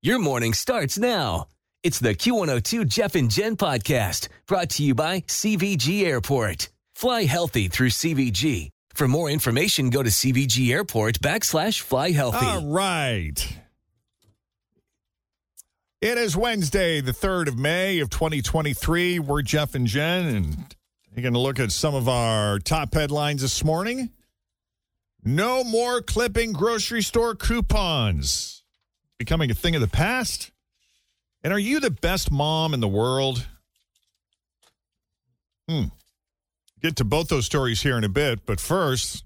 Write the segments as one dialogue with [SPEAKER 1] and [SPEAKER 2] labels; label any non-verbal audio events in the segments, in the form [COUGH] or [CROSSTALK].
[SPEAKER 1] Your morning starts now. It's the Q102 Jeff and Jen podcast brought to you by CVG Airport. Fly healthy through CVG. For more information, go to CVG Airport backslash fly healthy.
[SPEAKER 2] All
[SPEAKER 3] Uh,
[SPEAKER 2] right. It is Wednesday, the 3rd of May of 2023. We're Jeff and Jen, and you're going to look at some of our top headlines this morning. No more clipping grocery store coupons. Becoming a thing of the past. And are you the best mom in the world? Hmm. Get to both those stories here in a bit, but first,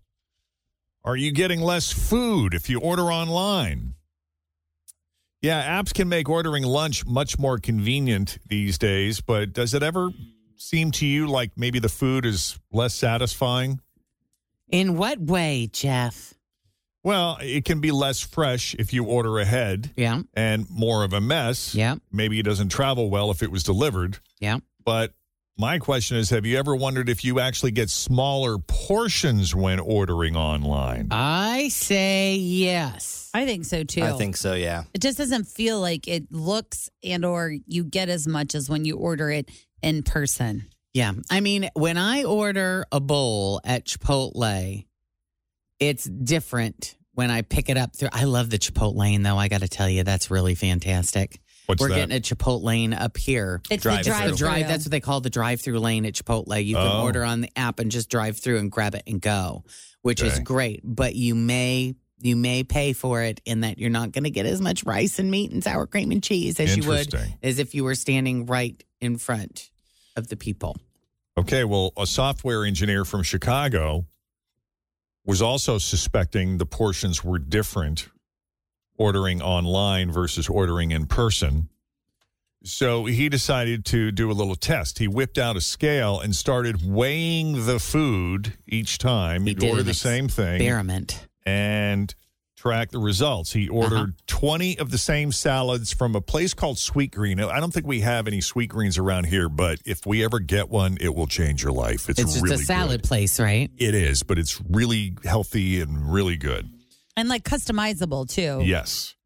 [SPEAKER 2] are you getting less food if you order online? Yeah, apps can make ordering lunch much more convenient these days, but does it ever seem to you like maybe the food is less satisfying?
[SPEAKER 4] In what way, Jeff?
[SPEAKER 2] Well, it can be less fresh if you order ahead
[SPEAKER 4] Yeah,
[SPEAKER 2] and more of a mess.
[SPEAKER 4] Yeah.
[SPEAKER 2] Maybe it doesn't travel well if it was delivered.
[SPEAKER 4] yeah.
[SPEAKER 2] But my question is have you ever wondered if you actually get smaller portions when ordering online?
[SPEAKER 4] Uh, I say yes.
[SPEAKER 5] I think so too.
[SPEAKER 6] I think so, yeah.
[SPEAKER 5] it just doesn't feel like it looks and or you get as much as when you order it in person.
[SPEAKER 4] Yeah. I mean, when I order a bowl at Chipotle, it's different when I pick it up through. I love the Chipotle, though. I got to tell you, that's really fantastic.
[SPEAKER 2] What's
[SPEAKER 4] We're
[SPEAKER 2] that?
[SPEAKER 4] getting a Chipotle up here.
[SPEAKER 5] It's
[SPEAKER 6] Drive-thru.
[SPEAKER 5] the drive,
[SPEAKER 4] the drive. That's what they call the drive-through lane at Chipotle. You can
[SPEAKER 2] Oh.
[SPEAKER 4] order on the app and just drive through and grab it and go, which is
[SPEAKER 2] Okay.
[SPEAKER 4] great. But you may you may pay for it in that you're not going to get as much rice and meat and sour cream and cheese as you would
[SPEAKER 2] Interesting.
[SPEAKER 4] as if you were standing right in front of the people.
[SPEAKER 2] Okay, well, a software engineer from Chicago was also suspecting the portions were different ordering online versus ordering in person. So he decided to do a little test. He whipped out a scale and started weighing the food each time.
[SPEAKER 4] He
[SPEAKER 2] He'd
[SPEAKER 4] did
[SPEAKER 2] order
[SPEAKER 4] an
[SPEAKER 2] the same thing
[SPEAKER 4] Experiment.
[SPEAKER 2] and track the results.
[SPEAKER 4] Uh-huh.
[SPEAKER 2] He ordered 20 of the same salads from a place called Sweet Green. I don't think we have any Sweet Greens around here, but if we ever get one, it will change your life. It's,
[SPEAKER 4] It's, just
[SPEAKER 2] really
[SPEAKER 4] a salad
[SPEAKER 2] good.
[SPEAKER 4] place, right?
[SPEAKER 2] It is, but it's really healthy and really good.
[SPEAKER 5] and like customizable too.
[SPEAKER 2] Yes.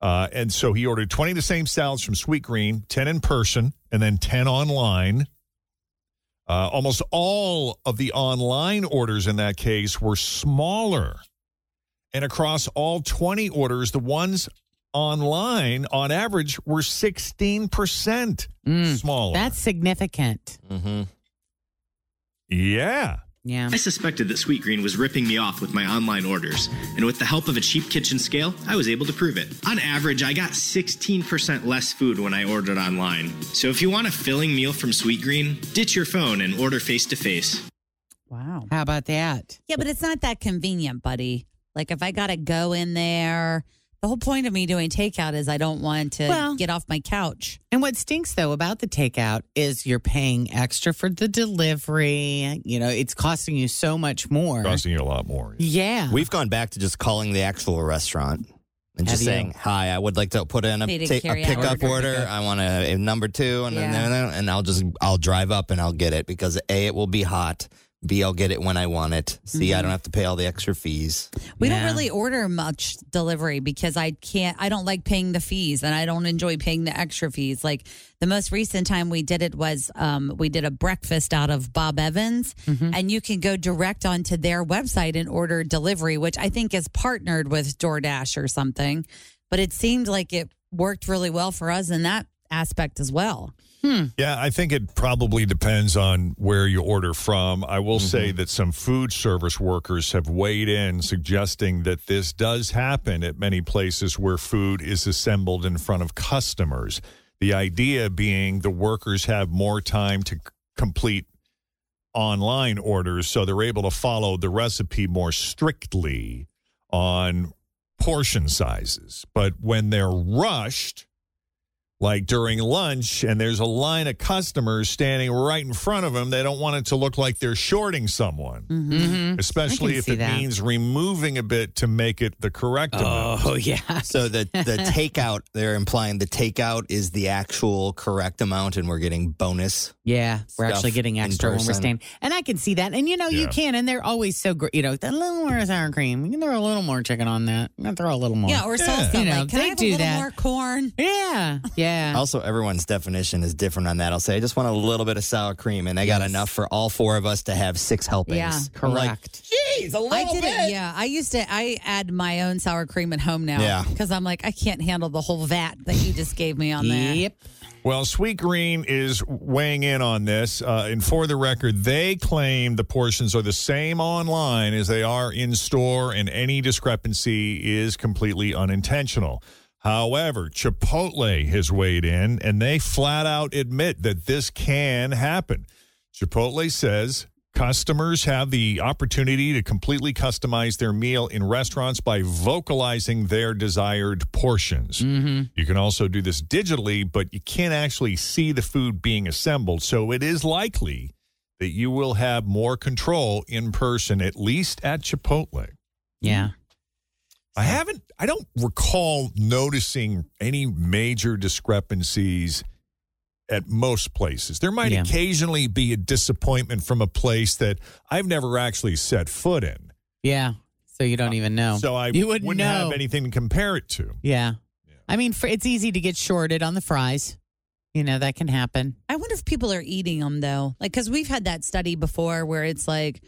[SPEAKER 2] Uh, and so he ordered 20 of the same salads from Sweet Green, 10 in person, and then 10 online. Uh, almost all of the online orders in that case were smaller. And across all 20 orders, the ones online, on average, were 16%
[SPEAKER 4] Mm.
[SPEAKER 2] smaller.
[SPEAKER 4] That's significant.
[SPEAKER 6] Mm-hmm.
[SPEAKER 2] yeah.
[SPEAKER 4] Yeah.
[SPEAKER 7] I
[SPEAKER 2] Mm.
[SPEAKER 7] suspected that Sweetgreen was ripping me off with my online orders, and with the help of a cheap kitchen scale, I was able to prove it. On average, I got 16% less food when I ordered online. So if you want a filling meal from Sweetgreen, ditch your phone and order face to face.
[SPEAKER 5] Wow.
[SPEAKER 4] How about that?
[SPEAKER 5] Yeah, but it's not that convenient, buddy. Like if I gotta go in there, the whole point of me doing takeout is I don't want to
[SPEAKER 4] Well-
[SPEAKER 5] get off my couch.
[SPEAKER 4] And what stinks though about the takeout is you're paying extra for the delivery. You know, it's costing you so much more.
[SPEAKER 2] Costing you a lot more.
[SPEAKER 4] yeah.
[SPEAKER 6] We've gone back to just calling the actual restaurant and
[SPEAKER 4] Have
[SPEAKER 6] just
[SPEAKER 4] you?
[SPEAKER 6] saying, "Hi, I would like to put in a,
[SPEAKER 5] They didn't
[SPEAKER 6] ta- a
[SPEAKER 5] carry out
[SPEAKER 6] pickup
[SPEAKER 5] order.
[SPEAKER 6] order. I want a, a number two, and then-
[SPEAKER 5] Yeah.
[SPEAKER 6] and then and I'll just I'll drive up and I'll get it because a it will be hot, b I'll get it when I want it, c
[SPEAKER 5] Mm-hmm.
[SPEAKER 6] I don't have to pay all the extra fees.
[SPEAKER 5] We
[SPEAKER 4] Yeah.
[SPEAKER 5] don't really order much delivery because I can't, I don't like paying the fees and I don't enjoy paying the extra fees. Like the most recent time we did it was um, we did a breakfast out of Bob Evans
[SPEAKER 4] Mm-hmm.
[SPEAKER 5] and you can go direct onto their website and order delivery, which I think is partnered with DoorDash or something. But it seemed like it worked really well for us in that aspect as well.
[SPEAKER 2] Yeah, I think it probably depends on where you order from. I will say that some food service workers have weighed in suggesting that this does happen at many places where food is assembled in front of customers. The idea being the workers have more time to c- complete online orders, so they're able to follow the recipe more strictly on portion sizes. But when they're rushed, like during lunch and there's a line of customers standing right in front of them they don't want it to look like they're shorting someone especially if
[SPEAKER 4] Mm-hmm. see
[SPEAKER 2] it
[SPEAKER 4] that.
[SPEAKER 2] means removing a bit to make it the correct amount
[SPEAKER 4] Oh yeah.
[SPEAKER 6] So the the
[SPEAKER 5] [LAUGHS]
[SPEAKER 6] takeout, they're implying the takeout is the actual correct amount, and we're getting bonus.
[SPEAKER 4] Yeah, we're
[SPEAKER 6] stuff
[SPEAKER 4] actually getting
[SPEAKER 6] in
[SPEAKER 4] extra when we're
[SPEAKER 6] person.
[SPEAKER 4] staying, and I can see that. And you know, you
[SPEAKER 2] Yeah.
[SPEAKER 4] can, and they're always so great. You know, a little more sour cream. You can throw a little more chicken on that. You can throw a little more.
[SPEAKER 5] Yeah, or salsa.
[SPEAKER 4] You know,
[SPEAKER 5] like, can I
[SPEAKER 4] they
[SPEAKER 5] have
[SPEAKER 4] do
[SPEAKER 5] a little
[SPEAKER 4] that.
[SPEAKER 5] more corn?
[SPEAKER 4] yeah, yeah.
[SPEAKER 6] Also, everyone's definition is different on that. I'll say I just want a little bit of sour cream, and I got enough for all four of us to have six helpings.
[SPEAKER 5] Yeah.
[SPEAKER 6] I'm like,
[SPEAKER 4] Correct.
[SPEAKER 6] Jeez, a little
[SPEAKER 5] I did
[SPEAKER 6] bit.
[SPEAKER 5] it. Yeah, I used to. I add my own sour cream at home now.
[SPEAKER 6] Yeah.
[SPEAKER 5] because I'm like, I can't handle the whole vat that you just gave me on there.
[SPEAKER 4] Yep.
[SPEAKER 2] well sweet green is weighing in on this uh, and for the record they claim the portions are the same online as they are in store and any discrepancy is completely unintentional However, Chipotle has weighed in and they flat out admit that this can happen. Chipotle says customers have the opportunity to completely customize their meal in restaurants by vocalizing their desired portions. You can also do this digitally, but you can't actually see the food being assembled. So it is likely that you will have more control in person, at least at Chipotle.
[SPEAKER 4] Yeah.
[SPEAKER 2] I haven't. I don't recall noticing any major discrepancies at most places. There might
[SPEAKER 4] Yeah.
[SPEAKER 2] occasionally be a disappointment from a place that I've never actually set foot in,
[SPEAKER 4] Yeah. So you don't even know.
[SPEAKER 2] so I
[SPEAKER 4] you
[SPEAKER 2] wouldn't,
[SPEAKER 4] wouldn't know.
[SPEAKER 2] have anything to compare it to.
[SPEAKER 4] Yeah. I mean, fr- it's easy to get shorted on the fries. You know that can happen.
[SPEAKER 5] I wonder if people are eating them though. Like, because we've had that study before where it's like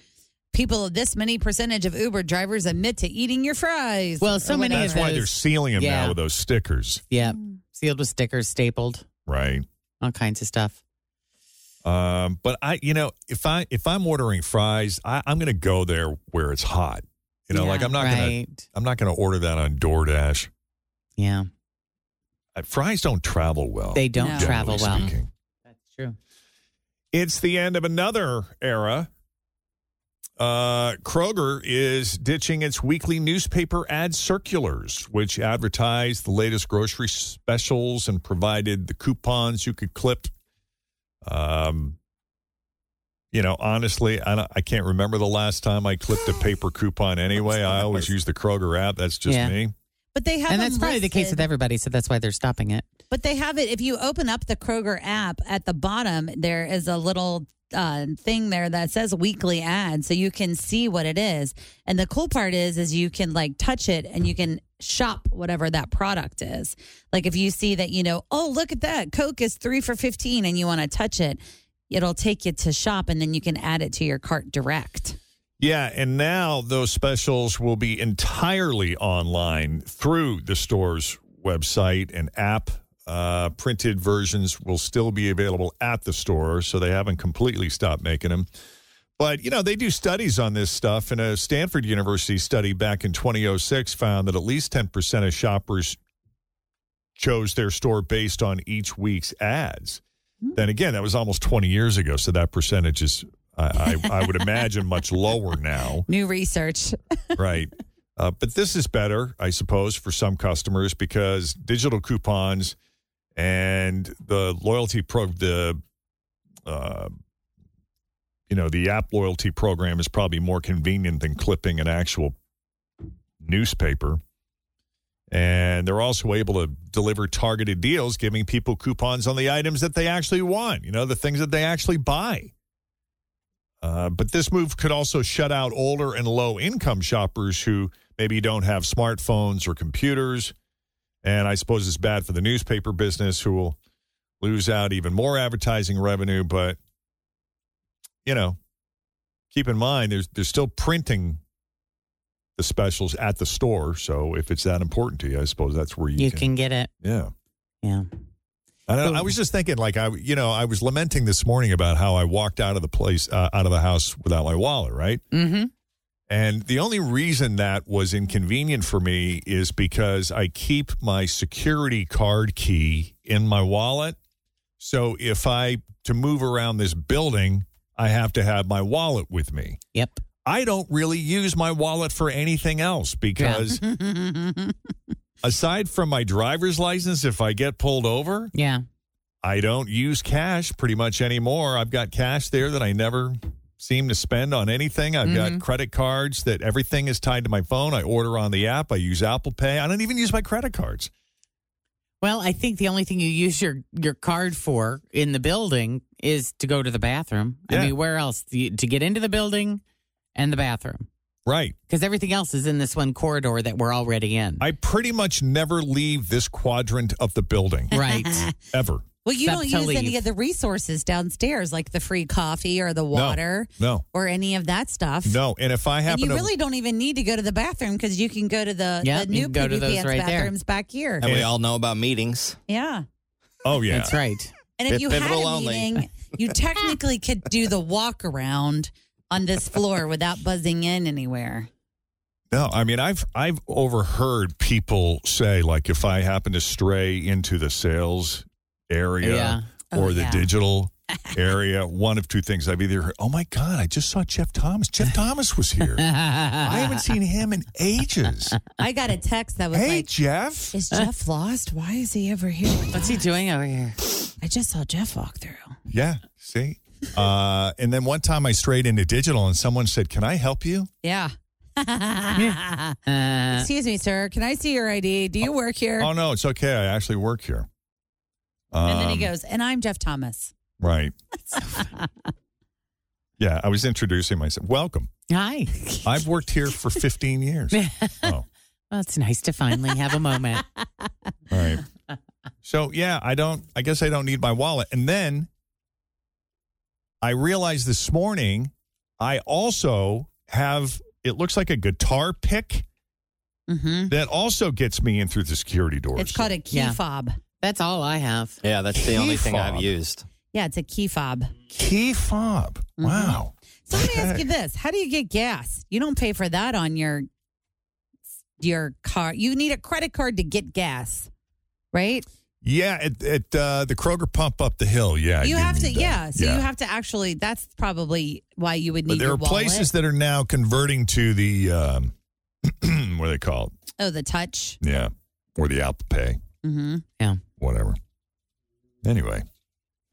[SPEAKER 5] people, this many percentage of Uber drivers admit to eating your fries.
[SPEAKER 4] Well,
[SPEAKER 5] or
[SPEAKER 4] so many
[SPEAKER 5] whatever.
[SPEAKER 4] of
[SPEAKER 2] That's why they're
[SPEAKER 4] those-
[SPEAKER 2] sealing them
[SPEAKER 4] yeah.
[SPEAKER 2] now with those stickers,
[SPEAKER 4] Yeah.
[SPEAKER 5] Mm.
[SPEAKER 4] Sealed with stickers, stapled,
[SPEAKER 2] right?
[SPEAKER 4] all kinds of stuff.
[SPEAKER 2] Um, but I, you know, if I if I'm ordering fries, I, I'm going to go there where it's hot. You know, Oh, like
[SPEAKER 5] Yeah,
[SPEAKER 2] I'm not going to
[SPEAKER 4] right.
[SPEAKER 2] I'm not going to order that on DoorDash.
[SPEAKER 4] Yeah.
[SPEAKER 2] Uh, Fries don't travel well.
[SPEAKER 4] They don't
[SPEAKER 5] No.
[SPEAKER 2] Oh, generally
[SPEAKER 4] travel well.
[SPEAKER 2] speaking.
[SPEAKER 4] That's true.
[SPEAKER 2] It's the end of another era. Uh, Kroger is ditching its weekly newspaper ad circulars, which advertised the latest grocery specials and provided the coupons you could clip. Um, you know, honestly, I, don't, I can't remember the last time I clipped a paper coupon anyway. I always use the Kroger app. That's just
[SPEAKER 4] Yeah.
[SPEAKER 2] me.
[SPEAKER 5] But they have
[SPEAKER 4] And that's
[SPEAKER 5] them
[SPEAKER 4] probably the case
[SPEAKER 5] listed.
[SPEAKER 4] with everybody, so that's why they're stopping it.
[SPEAKER 5] But they have it. If you open up the Kroger app at the bottom, there is a little uh, thing there that says weekly ad, so you can see what it is. And the cool part is, is you can like touch it and you can shop whatever that product is. Like if you see that, you know, oh look at that, Coke is three for fifteen, and you want to touch it, it'll take you to shop, and then you can add it to your cart direct.
[SPEAKER 2] Yeah, and now those specials will be entirely online through the store's website and app. Uh, printed versions will still be available at the store, so they haven't completely stopped making them. But, you know, they do studies on this stuff, and a Stanford University study back in 2006 found that at least 10% of shoppers chose their store based on each week's ads. Then again, that was almost 20 years ago, so that percentage is, I, I, I would imagine, much lower now,
[SPEAKER 5] New research.
[SPEAKER 2] right? Uh, but this is better, I suppose, for some customers because digital coupons and the loyalty pro the uh, you know the app loyalty program is probably more convenient than clipping an actual newspaper. And they're also able to deliver targeted deals, giving people coupons on the items that they actually want, you know, the things that they actually buy. Uh, but this move could also shut out older and low income shoppers who maybe don't have smartphones or computers. And I suppose it's bad for the newspaper business who will lose out even more advertising revenue. But, you know, keep in mind, there's, they're still printing the specials at the store. So if it's that important to you, I suppose that's where you,
[SPEAKER 4] You can get it.
[SPEAKER 2] Yeah.
[SPEAKER 4] Yeah.
[SPEAKER 2] I, don't, I was just thinking, like I, you know, I was lamenting this morning about how I walked out of the place, uh, out of the house without my wallet, right?
[SPEAKER 4] Mm-hmm.
[SPEAKER 2] And the only reason that was inconvenient for me is because I keep my security card key in my wallet. So if I to move around this building, I have to have my wallet with me.
[SPEAKER 4] Yep.
[SPEAKER 2] I don't really use my wallet for anything else because aside from my driver's license, if I get pulled over,
[SPEAKER 4] Yeah.
[SPEAKER 2] I don't use cash pretty much anymore. I've got cash there that I never seem to spend on anything. I've
[SPEAKER 5] Mm-hmm.
[SPEAKER 2] got credit cards that everything is tied to my phone. I order on the app. I use Apple Pay. I don't even use my credit cards.
[SPEAKER 4] Well, I think the only thing you use your your card for in the building is to go to the bathroom.
[SPEAKER 2] Yeah.
[SPEAKER 4] I mean, where else Do you- to get into the building and the bathroom?
[SPEAKER 2] Right.
[SPEAKER 4] Because everything else is in this one corridor that we're already in.
[SPEAKER 2] I pretty much never leave this quadrant of the
[SPEAKER 5] [LAUGHS]
[SPEAKER 2] building [LAUGHS]
[SPEAKER 4] right.
[SPEAKER 2] ever.
[SPEAKER 5] Well, you
[SPEAKER 4] Except
[SPEAKER 5] don't
[SPEAKER 4] to
[SPEAKER 5] use any
[SPEAKER 4] leave.
[SPEAKER 5] of the resources downstairs, like the free coffee or the water
[SPEAKER 2] No.
[SPEAKER 5] or any of that stuff.
[SPEAKER 2] No. And if I
[SPEAKER 5] And
[SPEAKER 2] happen
[SPEAKER 5] you
[SPEAKER 2] to
[SPEAKER 5] really don't even need to go to the bathroom because you can go to the,
[SPEAKER 4] Yep,
[SPEAKER 5] the
[SPEAKER 4] you
[SPEAKER 5] new
[SPEAKER 4] can go to
[SPEAKER 5] PB
[SPEAKER 4] those
[SPEAKER 5] Pants
[SPEAKER 4] right there.
[SPEAKER 5] bathrooms back here.
[SPEAKER 6] And we all know about meetings.
[SPEAKER 5] Yeah.
[SPEAKER 2] Oh yeah.
[SPEAKER 4] That's [LAUGHS] right.
[SPEAKER 5] And if
[SPEAKER 6] Pit-
[SPEAKER 5] you had
[SPEAKER 6] pivotal
[SPEAKER 5] a
[SPEAKER 6] only.
[SPEAKER 5] meeting,
[SPEAKER 4] [LAUGHS]
[SPEAKER 5] you technically could do the walk around on this floor without buzzing in anywhere.
[SPEAKER 2] No, I mean I've I've overheard people say like if I happen to stray into the sales area
[SPEAKER 4] Yeah.
[SPEAKER 2] or
[SPEAKER 5] Oh,
[SPEAKER 2] the
[SPEAKER 5] yeah. [LAUGHS]
[SPEAKER 2] digital area, one of two things. I've either heard, oh my god, I just saw Jeff Thomas. Jeff Thomas was here. I haven't
[SPEAKER 5] [LAUGHS]
[SPEAKER 2] seen him in ages.
[SPEAKER 5] I got a text that was
[SPEAKER 2] hey
[SPEAKER 5] like,
[SPEAKER 2] Jeff.
[SPEAKER 5] Is [LAUGHS] Jeff lost? Why is he ever here?
[SPEAKER 4] What's he doing over here?
[SPEAKER 5] I just saw Jeff walk through.
[SPEAKER 2] Yeah, see. Uh, and then one time I strayed into digital and someone said, "Can I help you?"
[SPEAKER 5] Yeah.
[SPEAKER 4] Uh,
[SPEAKER 5] [LAUGHS] Excuse me, sir. Can I see your ID? Do you work here?
[SPEAKER 2] Oh no, it's okay. I actually work here.
[SPEAKER 5] and then he
[SPEAKER 2] Um,
[SPEAKER 5] goes, and I'm Jeff Thomas. [LAUGHS]
[SPEAKER 2] Right. yeah, I was introducing myself. Welcome.
[SPEAKER 4] hi.
[SPEAKER 2] I've worked here for 15
[SPEAKER 5] [LAUGHS]
[SPEAKER 2] years. Oh,
[SPEAKER 4] Well, it's nice to finally have a moment.
[SPEAKER 2] all right. So, yeah, I don't, I guess I don't need my wallet. And then I realized this morning I also have, it looks like a guitar pick
[SPEAKER 5] Mm-hmm.
[SPEAKER 2] that also gets me in through the security doors.
[SPEAKER 5] It's called a key
[SPEAKER 4] Yeah.
[SPEAKER 5] fob.
[SPEAKER 4] [LAUGHS] That's all I have.
[SPEAKER 6] Yeah, that's the
[SPEAKER 2] Key
[SPEAKER 6] only thing I've
[SPEAKER 2] fob.
[SPEAKER 6] used.
[SPEAKER 5] Yeah, it's a key fob.
[SPEAKER 2] key fob.
[SPEAKER 5] Mm-hmm.
[SPEAKER 2] Wow.
[SPEAKER 5] So let me
[SPEAKER 2] [LAUGHS]
[SPEAKER 5] ask you
[SPEAKER 2] Okay.
[SPEAKER 5] this: How do you get gas? You don't pay for that on your your car. You need a credit card to get gas, right?
[SPEAKER 2] Yeah, at, at uh, the Kroger pump up the hill. Yeah. I
[SPEAKER 5] you
[SPEAKER 2] do
[SPEAKER 5] have to,
[SPEAKER 2] need that.
[SPEAKER 5] yeah. So you have to actually. That's probably why you would need.
[SPEAKER 2] But there
[SPEAKER 5] your
[SPEAKER 2] are
[SPEAKER 5] wallet.
[SPEAKER 2] places that are now converting to the um, [CLEARS THROAT] what do they call it?
[SPEAKER 5] Oh, the touch.
[SPEAKER 2] Yeah, or the Apple Pay,
[SPEAKER 5] Mm-hmm.
[SPEAKER 2] whatever. Anyway,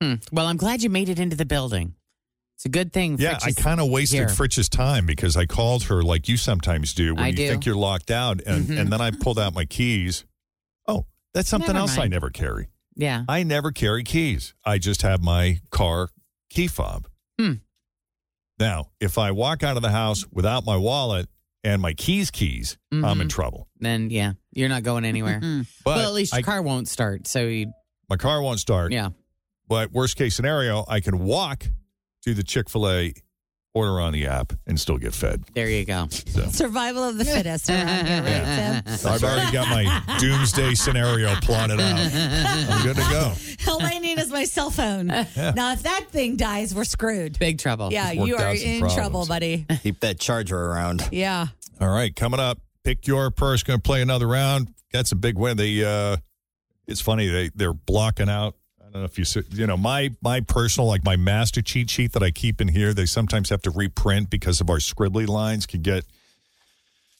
[SPEAKER 4] Hmm. Well, I'm glad you made it into the building. It's a good thing.
[SPEAKER 2] yeah,
[SPEAKER 4] Fritz
[SPEAKER 2] I
[SPEAKER 4] is-
[SPEAKER 2] kind of wasted
[SPEAKER 4] here.
[SPEAKER 2] Fritch's time because I called her like you sometimes do when
[SPEAKER 4] I
[SPEAKER 2] you
[SPEAKER 4] do.
[SPEAKER 2] think you're locked out, and
[SPEAKER 4] Mhm.
[SPEAKER 2] and then I pulled out my keys. Oh, that's something
[SPEAKER 4] Never
[SPEAKER 2] else I
[SPEAKER 4] mind.
[SPEAKER 2] never carry.
[SPEAKER 4] Yeah.
[SPEAKER 2] I never carry keys. I just have my car key fob.
[SPEAKER 4] Hmm.
[SPEAKER 2] Now, if I walk out of the house without my wallet and my keys, keys, I'm in
[SPEAKER 4] Mhm.
[SPEAKER 2] trouble.
[SPEAKER 4] Then yeah, you're not going anywhere.
[SPEAKER 5] Mm.
[SPEAKER 2] But
[SPEAKER 4] well, at least your
[SPEAKER 2] I-
[SPEAKER 4] car won't start. So you,
[SPEAKER 2] my car won't start.
[SPEAKER 4] yeah.
[SPEAKER 2] But worst case scenario, I can walk to the Chick fil A, order on the app, and still get fed.
[SPEAKER 4] There you go.
[SPEAKER 2] So
[SPEAKER 5] Survival of the fittest around here, right, Tim?
[SPEAKER 2] I've already got my doomsday scenario plotted out. I'm good to go.
[SPEAKER 5] All I need is my cell phone. Now, if that thing dies, we're screwed.
[SPEAKER 4] Big trouble.
[SPEAKER 5] Yeah,
[SPEAKER 2] Just worked
[SPEAKER 5] you are
[SPEAKER 2] out some
[SPEAKER 5] in
[SPEAKER 2] problems.
[SPEAKER 5] trouble, buddy.
[SPEAKER 2] [LAUGHS]
[SPEAKER 6] Keep that charger around.
[SPEAKER 5] Yeah.
[SPEAKER 2] All right, coming up, pick your purse. Going to play another round. That's a big win. They, uh, it's funny they they're blocking out. I don't know if you see- you know my my personal like my master cheat sheet that I keep in here. They sometimes have to reprint because of our scribbly lines can get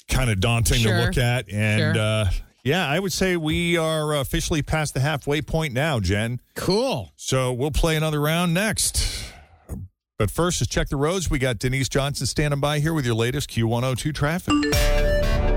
[SPEAKER 2] kind of daunting
[SPEAKER 4] Sure.
[SPEAKER 2] to look at. And
[SPEAKER 4] Sure.
[SPEAKER 2] uh, yeah, I would say we are officially past the halfway point now, Jen.
[SPEAKER 4] Cool.
[SPEAKER 2] So we'll play another round next. But first, is check the roads. We got Denise Johnson standing by here with your latest Q102 traffic.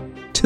[SPEAKER 3] to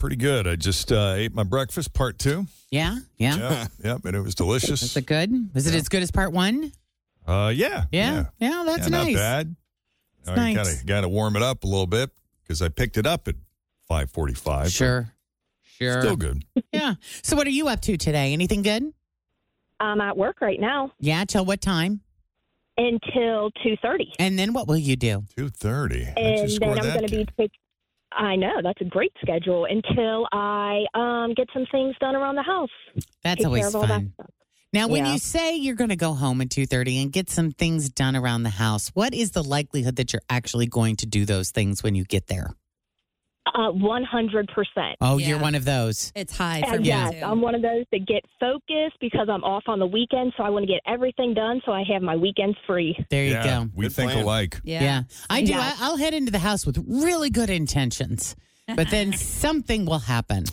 [SPEAKER 2] Pretty good. I just uh, ate my breakfast, part two.
[SPEAKER 4] Yeah, yeah.
[SPEAKER 2] Yep, yep, and it was
[SPEAKER 4] Was
[SPEAKER 2] delicious.
[SPEAKER 4] it good? Was it as good as part one?
[SPEAKER 2] Uh, yeah,
[SPEAKER 4] Yeah, yeah, that's
[SPEAKER 2] yeah, Not
[SPEAKER 4] nice.
[SPEAKER 2] bad.
[SPEAKER 4] It's nice.
[SPEAKER 2] Gotta, gotta warm it up a little bit because I picked it up at 545.
[SPEAKER 4] Sure, sure.
[SPEAKER 2] Still good.
[SPEAKER 4] Yeah. So, what are you up to today? Anything good?
[SPEAKER 8] I'm at work right now
[SPEAKER 4] Yeah. Till what time?
[SPEAKER 8] until two thirty,
[SPEAKER 4] And then what will you do?
[SPEAKER 2] 230. How'd you
[SPEAKER 8] and
[SPEAKER 2] score
[SPEAKER 8] then I'm
[SPEAKER 2] that
[SPEAKER 8] going to be.
[SPEAKER 2] kid?
[SPEAKER 8] Take, I know that's a great schedule until I um, get some things done around the house. Take
[SPEAKER 4] That's
[SPEAKER 8] care
[SPEAKER 4] always
[SPEAKER 8] of all that
[SPEAKER 4] fun.
[SPEAKER 8] stuff.
[SPEAKER 4] Now, when
[SPEAKER 8] Yeah.
[SPEAKER 4] you say you're going to go home at two thirty and get some things done around the house, what is the likelihood that you're actually going to do those things when you get there?
[SPEAKER 8] Uh, 100%.
[SPEAKER 4] Oh,
[SPEAKER 5] Yeah.
[SPEAKER 4] you're one of those.
[SPEAKER 5] It's high
[SPEAKER 8] Uh,
[SPEAKER 5] for me
[SPEAKER 8] yes,
[SPEAKER 5] too.
[SPEAKER 8] I'm one of those that get focused because I'm off on the weekend, so I want to get everything done so I have my weekends free.
[SPEAKER 4] There you
[SPEAKER 2] Yeah,
[SPEAKER 4] go.
[SPEAKER 2] We
[SPEAKER 6] Good
[SPEAKER 2] think
[SPEAKER 6] plan.
[SPEAKER 2] alike.
[SPEAKER 5] yeah.
[SPEAKER 4] Yeah, I do.
[SPEAKER 8] Yeah.
[SPEAKER 4] I, I'll head into the house with really good intentions, but
[SPEAKER 5] [LAUGHS]
[SPEAKER 4] then something will happen,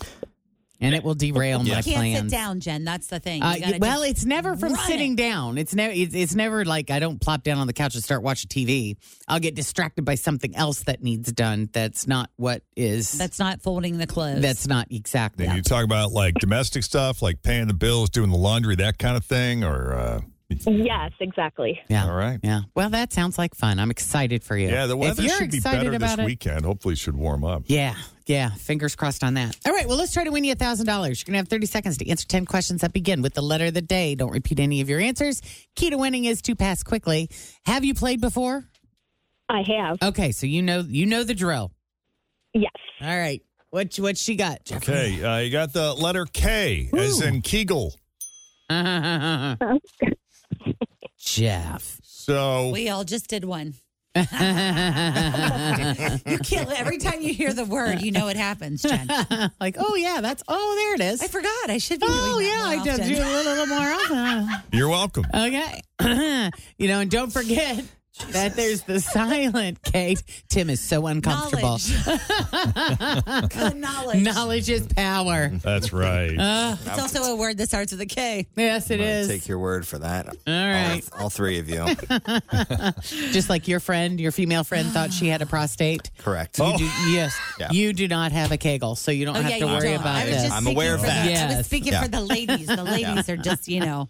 [SPEAKER 4] and it will derail
[SPEAKER 5] You
[SPEAKER 4] my
[SPEAKER 5] can't
[SPEAKER 4] plans.
[SPEAKER 5] sit down, Jen. That's the thing. You
[SPEAKER 4] Uh,
[SPEAKER 5] gotta
[SPEAKER 4] well,
[SPEAKER 5] just
[SPEAKER 4] it's never from
[SPEAKER 5] run
[SPEAKER 4] sitting
[SPEAKER 5] it.
[SPEAKER 4] down. It's never. It's, it's never like I don't plop down on the couch and start watching TV. I'll get distracted by something else that needs done. That's not what is.
[SPEAKER 5] That's not folding the clothes.
[SPEAKER 4] that's not exactly.
[SPEAKER 2] Then you talk about like domestic stuff, like paying the bills, doing the laundry, that kind of thing, or uh,
[SPEAKER 8] Yes, exactly.
[SPEAKER 4] Yeah.
[SPEAKER 2] all right.
[SPEAKER 4] Yeah. Well, that sounds like fun. I'm excited for you.
[SPEAKER 2] Yeah, the
[SPEAKER 4] If
[SPEAKER 2] weather
[SPEAKER 4] you're
[SPEAKER 2] should be
[SPEAKER 4] excited
[SPEAKER 2] better this
[SPEAKER 4] about it-
[SPEAKER 2] weekend. Hopefully, it should warm up.
[SPEAKER 4] Yeah. Yeah. Fingers crossed on that. All right. Well, let's try to win you $1,000. You're going to have 30 seconds to answer 10 questions that begin with the letter of the day. Don't repeat any of your answers. Key to winning is to pass quickly. Have you played before?
[SPEAKER 8] I have.
[SPEAKER 4] Okay. So you know you know the drill.
[SPEAKER 8] Yes.
[SPEAKER 4] All right. What what she got?
[SPEAKER 5] [LAUGHS]
[SPEAKER 4] Jeff?
[SPEAKER 2] Okay, uh, you got the letter K, as in Kegel.
[SPEAKER 4] Jeff. [LAUGHS]
[SPEAKER 2] So
[SPEAKER 5] we all just did one.
[SPEAKER 4] like,
[SPEAKER 5] You kill every time you hear the word. You know it happens, Jen.
[SPEAKER 4] oh yeah, that's oh there it is.
[SPEAKER 5] I forgot. I should be.
[SPEAKER 4] Oh
[SPEAKER 5] doing that
[SPEAKER 4] yeah, I
[SPEAKER 5] more
[SPEAKER 4] did
[SPEAKER 5] often.
[SPEAKER 4] do it a little more
[SPEAKER 5] [LAUGHS]
[SPEAKER 4] often.
[SPEAKER 2] you're welcome.
[SPEAKER 4] Okay. [CLEARS THROAT] you know, and don't forget that there's the silent Kate. Tim is so uncomfortable.
[SPEAKER 5] Knowledge. Good
[SPEAKER 4] [LAUGHS]
[SPEAKER 5] knowledge.
[SPEAKER 4] Knowledge is power.
[SPEAKER 2] That's right.
[SPEAKER 4] Uh,
[SPEAKER 5] It's also a word that starts with a K.
[SPEAKER 4] Yes, it
[SPEAKER 6] I'm gonna
[SPEAKER 4] is.
[SPEAKER 6] Take your word for that. All
[SPEAKER 4] right.
[SPEAKER 6] All, three of
[SPEAKER 4] [LAUGHS]
[SPEAKER 6] you.
[SPEAKER 4] Just like your friend, your female friend thought she
[SPEAKER 5] [SIGHS]
[SPEAKER 4] had a prostate.
[SPEAKER 6] Correct.
[SPEAKER 4] You do, yes.
[SPEAKER 6] Yeah.
[SPEAKER 4] You do not have a kegel, so you don't have
[SPEAKER 5] Oh, yeah,
[SPEAKER 4] to
[SPEAKER 5] you
[SPEAKER 4] worry
[SPEAKER 5] don't.
[SPEAKER 4] about
[SPEAKER 5] I was
[SPEAKER 4] this.
[SPEAKER 5] just
[SPEAKER 6] I'm aware
[SPEAKER 5] speaking for the-
[SPEAKER 6] of
[SPEAKER 4] that.
[SPEAKER 5] I
[SPEAKER 4] Yes.
[SPEAKER 5] was speaking
[SPEAKER 6] Yeah.
[SPEAKER 5] for the ladies.
[SPEAKER 4] [LAUGHS]
[SPEAKER 5] The ladies are just, you know,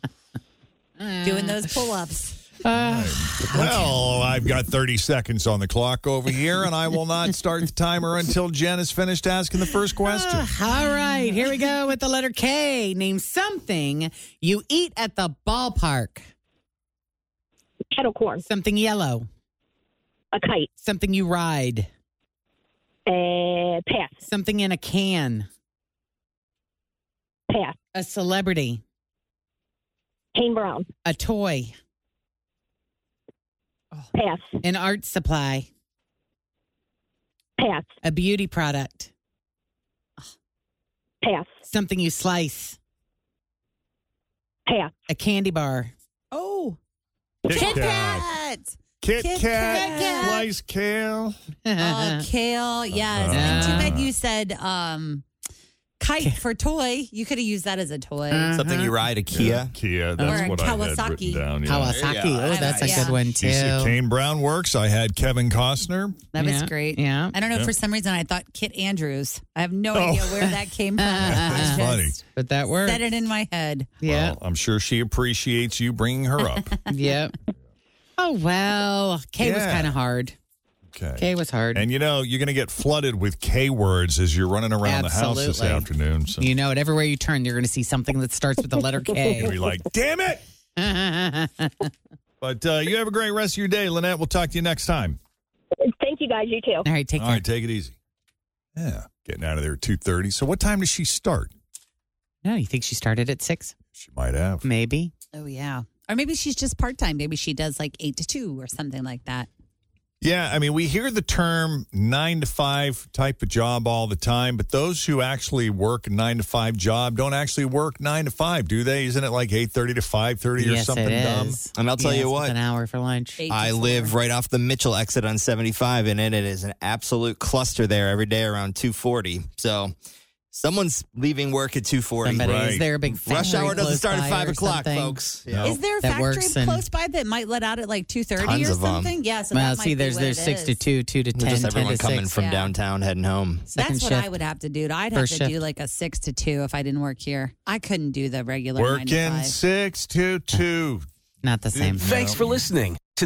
[SPEAKER 5] doing those pull ups.
[SPEAKER 2] Well, I've got 30 seconds on the clock over here, and I will not start the timer until Jen is finished asking the first question.
[SPEAKER 4] All right, here we go with the letter K. Name something you eat at the ballpark.
[SPEAKER 8] Kettle corn,
[SPEAKER 4] Something yellow.
[SPEAKER 8] a kite,
[SPEAKER 4] Something you ride.
[SPEAKER 8] a Eh, pass,
[SPEAKER 4] Something in a can.
[SPEAKER 8] pass,
[SPEAKER 4] A celebrity.
[SPEAKER 8] Kane Brown,
[SPEAKER 4] A toy.
[SPEAKER 8] pass,
[SPEAKER 4] An art supply.
[SPEAKER 8] pass,
[SPEAKER 4] A beauty product.
[SPEAKER 8] pass,
[SPEAKER 4] Something you slice.
[SPEAKER 8] pass,
[SPEAKER 4] A candy bar.
[SPEAKER 5] Oh,
[SPEAKER 4] Ah,
[SPEAKER 2] Kit Kat. Kit
[SPEAKER 5] Kit
[SPEAKER 2] Kat.
[SPEAKER 5] Kat.
[SPEAKER 2] Sliced kale.
[SPEAKER 4] Uh-huh. [LAUGHS]
[SPEAKER 5] Oh, kale. Yes. and too bad you said um, kite for toy. You could have used that as a toy.
[SPEAKER 4] Uh,
[SPEAKER 6] Something you ride a Kia.
[SPEAKER 2] Kia. That's
[SPEAKER 5] Or
[SPEAKER 2] what I had written
[SPEAKER 5] Kawasaki.
[SPEAKER 2] down. Yeah.
[SPEAKER 4] Uh-huh. Kawasaki.
[SPEAKER 6] Yeah,
[SPEAKER 4] Oh, that's a
[SPEAKER 5] yeah.
[SPEAKER 4] good one too.
[SPEAKER 2] You see, Kane Brown works. I had Kevin Costner.
[SPEAKER 5] that was
[SPEAKER 4] Yeah,
[SPEAKER 5] great.
[SPEAKER 4] yeah.
[SPEAKER 5] I don't know. For some reason, I thought Kit Andrews. I have no idea where that came
[SPEAKER 4] [LAUGHS]
[SPEAKER 5] from.
[SPEAKER 2] That's
[SPEAKER 5] That's
[SPEAKER 2] funny.
[SPEAKER 4] But that worked.
[SPEAKER 5] Set it in my head.
[SPEAKER 4] yeah.
[SPEAKER 2] Well, I'm sure she appreciates you bringing her
[SPEAKER 4] [LAUGHS]
[SPEAKER 2] up.
[SPEAKER 4] yeah. Oh well. K was
[SPEAKER 2] Yeah.
[SPEAKER 4] kind of hard.
[SPEAKER 2] Okay.
[SPEAKER 4] K was hard.
[SPEAKER 2] And you know, you're going to get flooded with K words as you're running around the house this
[SPEAKER 4] Absolutely.
[SPEAKER 2] afternoon. So
[SPEAKER 4] you know it. Everywhere you turn, you're going to see something that starts with the letter
[SPEAKER 6] [LAUGHS]
[SPEAKER 2] you'll be
[SPEAKER 4] K. [LAUGHS]
[SPEAKER 2] like, damn it. But uh, you have a great rest of your day, Lynette. We'll talk to you next time.
[SPEAKER 8] Thank you guys. You too.
[SPEAKER 4] All right, take
[SPEAKER 2] All
[SPEAKER 4] care.
[SPEAKER 2] right, take it easy. Yeah, getting out of there at two thirty. So what time does she start?
[SPEAKER 4] No, you think she started at six?
[SPEAKER 2] She might have.
[SPEAKER 4] Maybe.
[SPEAKER 5] Oh, yeah. All Or maybe she's just part time. Maybe she does like eight to two or something like that.
[SPEAKER 2] Yeah, I mean, we hear the term nine to five type of job all the time, but those who actually work a nine to five job don't actually work nine to five, do they? Isn't it like eight thirty to five thirty or something dumb?
[SPEAKER 6] And I'll tell you what,
[SPEAKER 4] hour for lunch.
[SPEAKER 6] I live right off the Mitchell exit on 75, and it is an absolute cluster there every day around 240. So someone's leaving work at 240.
[SPEAKER 4] Somebody is there a big
[SPEAKER 6] rush
[SPEAKER 4] factory
[SPEAKER 6] hour doesn't
[SPEAKER 4] close
[SPEAKER 6] start
[SPEAKER 4] by
[SPEAKER 6] at five
[SPEAKER 4] or
[SPEAKER 6] o'clock,
[SPEAKER 4] something?
[SPEAKER 6] folks.
[SPEAKER 4] Yeah.
[SPEAKER 5] Is there a
[SPEAKER 4] Oh, That
[SPEAKER 5] factory
[SPEAKER 4] works in-
[SPEAKER 5] close by that might let out at like two thirty
[SPEAKER 6] Tons
[SPEAKER 5] or
[SPEAKER 6] of 'em.
[SPEAKER 5] something? Yeah, so
[SPEAKER 4] well,
[SPEAKER 5] that
[SPEAKER 4] see,
[SPEAKER 5] might be
[SPEAKER 4] there's
[SPEAKER 5] what
[SPEAKER 4] there's
[SPEAKER 5] it
[SPEAKER 4] six to
[SPEAKER 5] is.
[SPEAKER 4] two, two to
[SPEAKER 6] Well,
[SPEAKER 4] ten,
[SPEAKER 6] just
[SPEAKER 4] ten
[SPEAKER 6] everyone
[SPEAKER 4] to
[SPEAKER 6] coming
[SPEAKER 4] six.
[SPEAKER 6] from
[SPEAKER 5] Yeah.
[SPEAKER 6] downtown heading home.
[SPEAKER 4] Second
[SPEAKER 5] That's what I
[SPEAKER 4] shift.
[SPEAKER 5] would have to do. I'd have
[SPEAKER 6] First
[SPEAKER 5] to do
[SPEAKER 6] shift.
[SPEAKER 5] like a six to two if I didn't work here. I couldn't do the regular nine to
[SPEAKER 2] Working
[SPEAKER 5] five.
[SPEAKER 2] six to two.
[SPEAKER 4] Not the
[SPEAKER 2] same.
[SPEAKER 6] Mm-hmm.
[SPEAKER 1] Thanks for listening to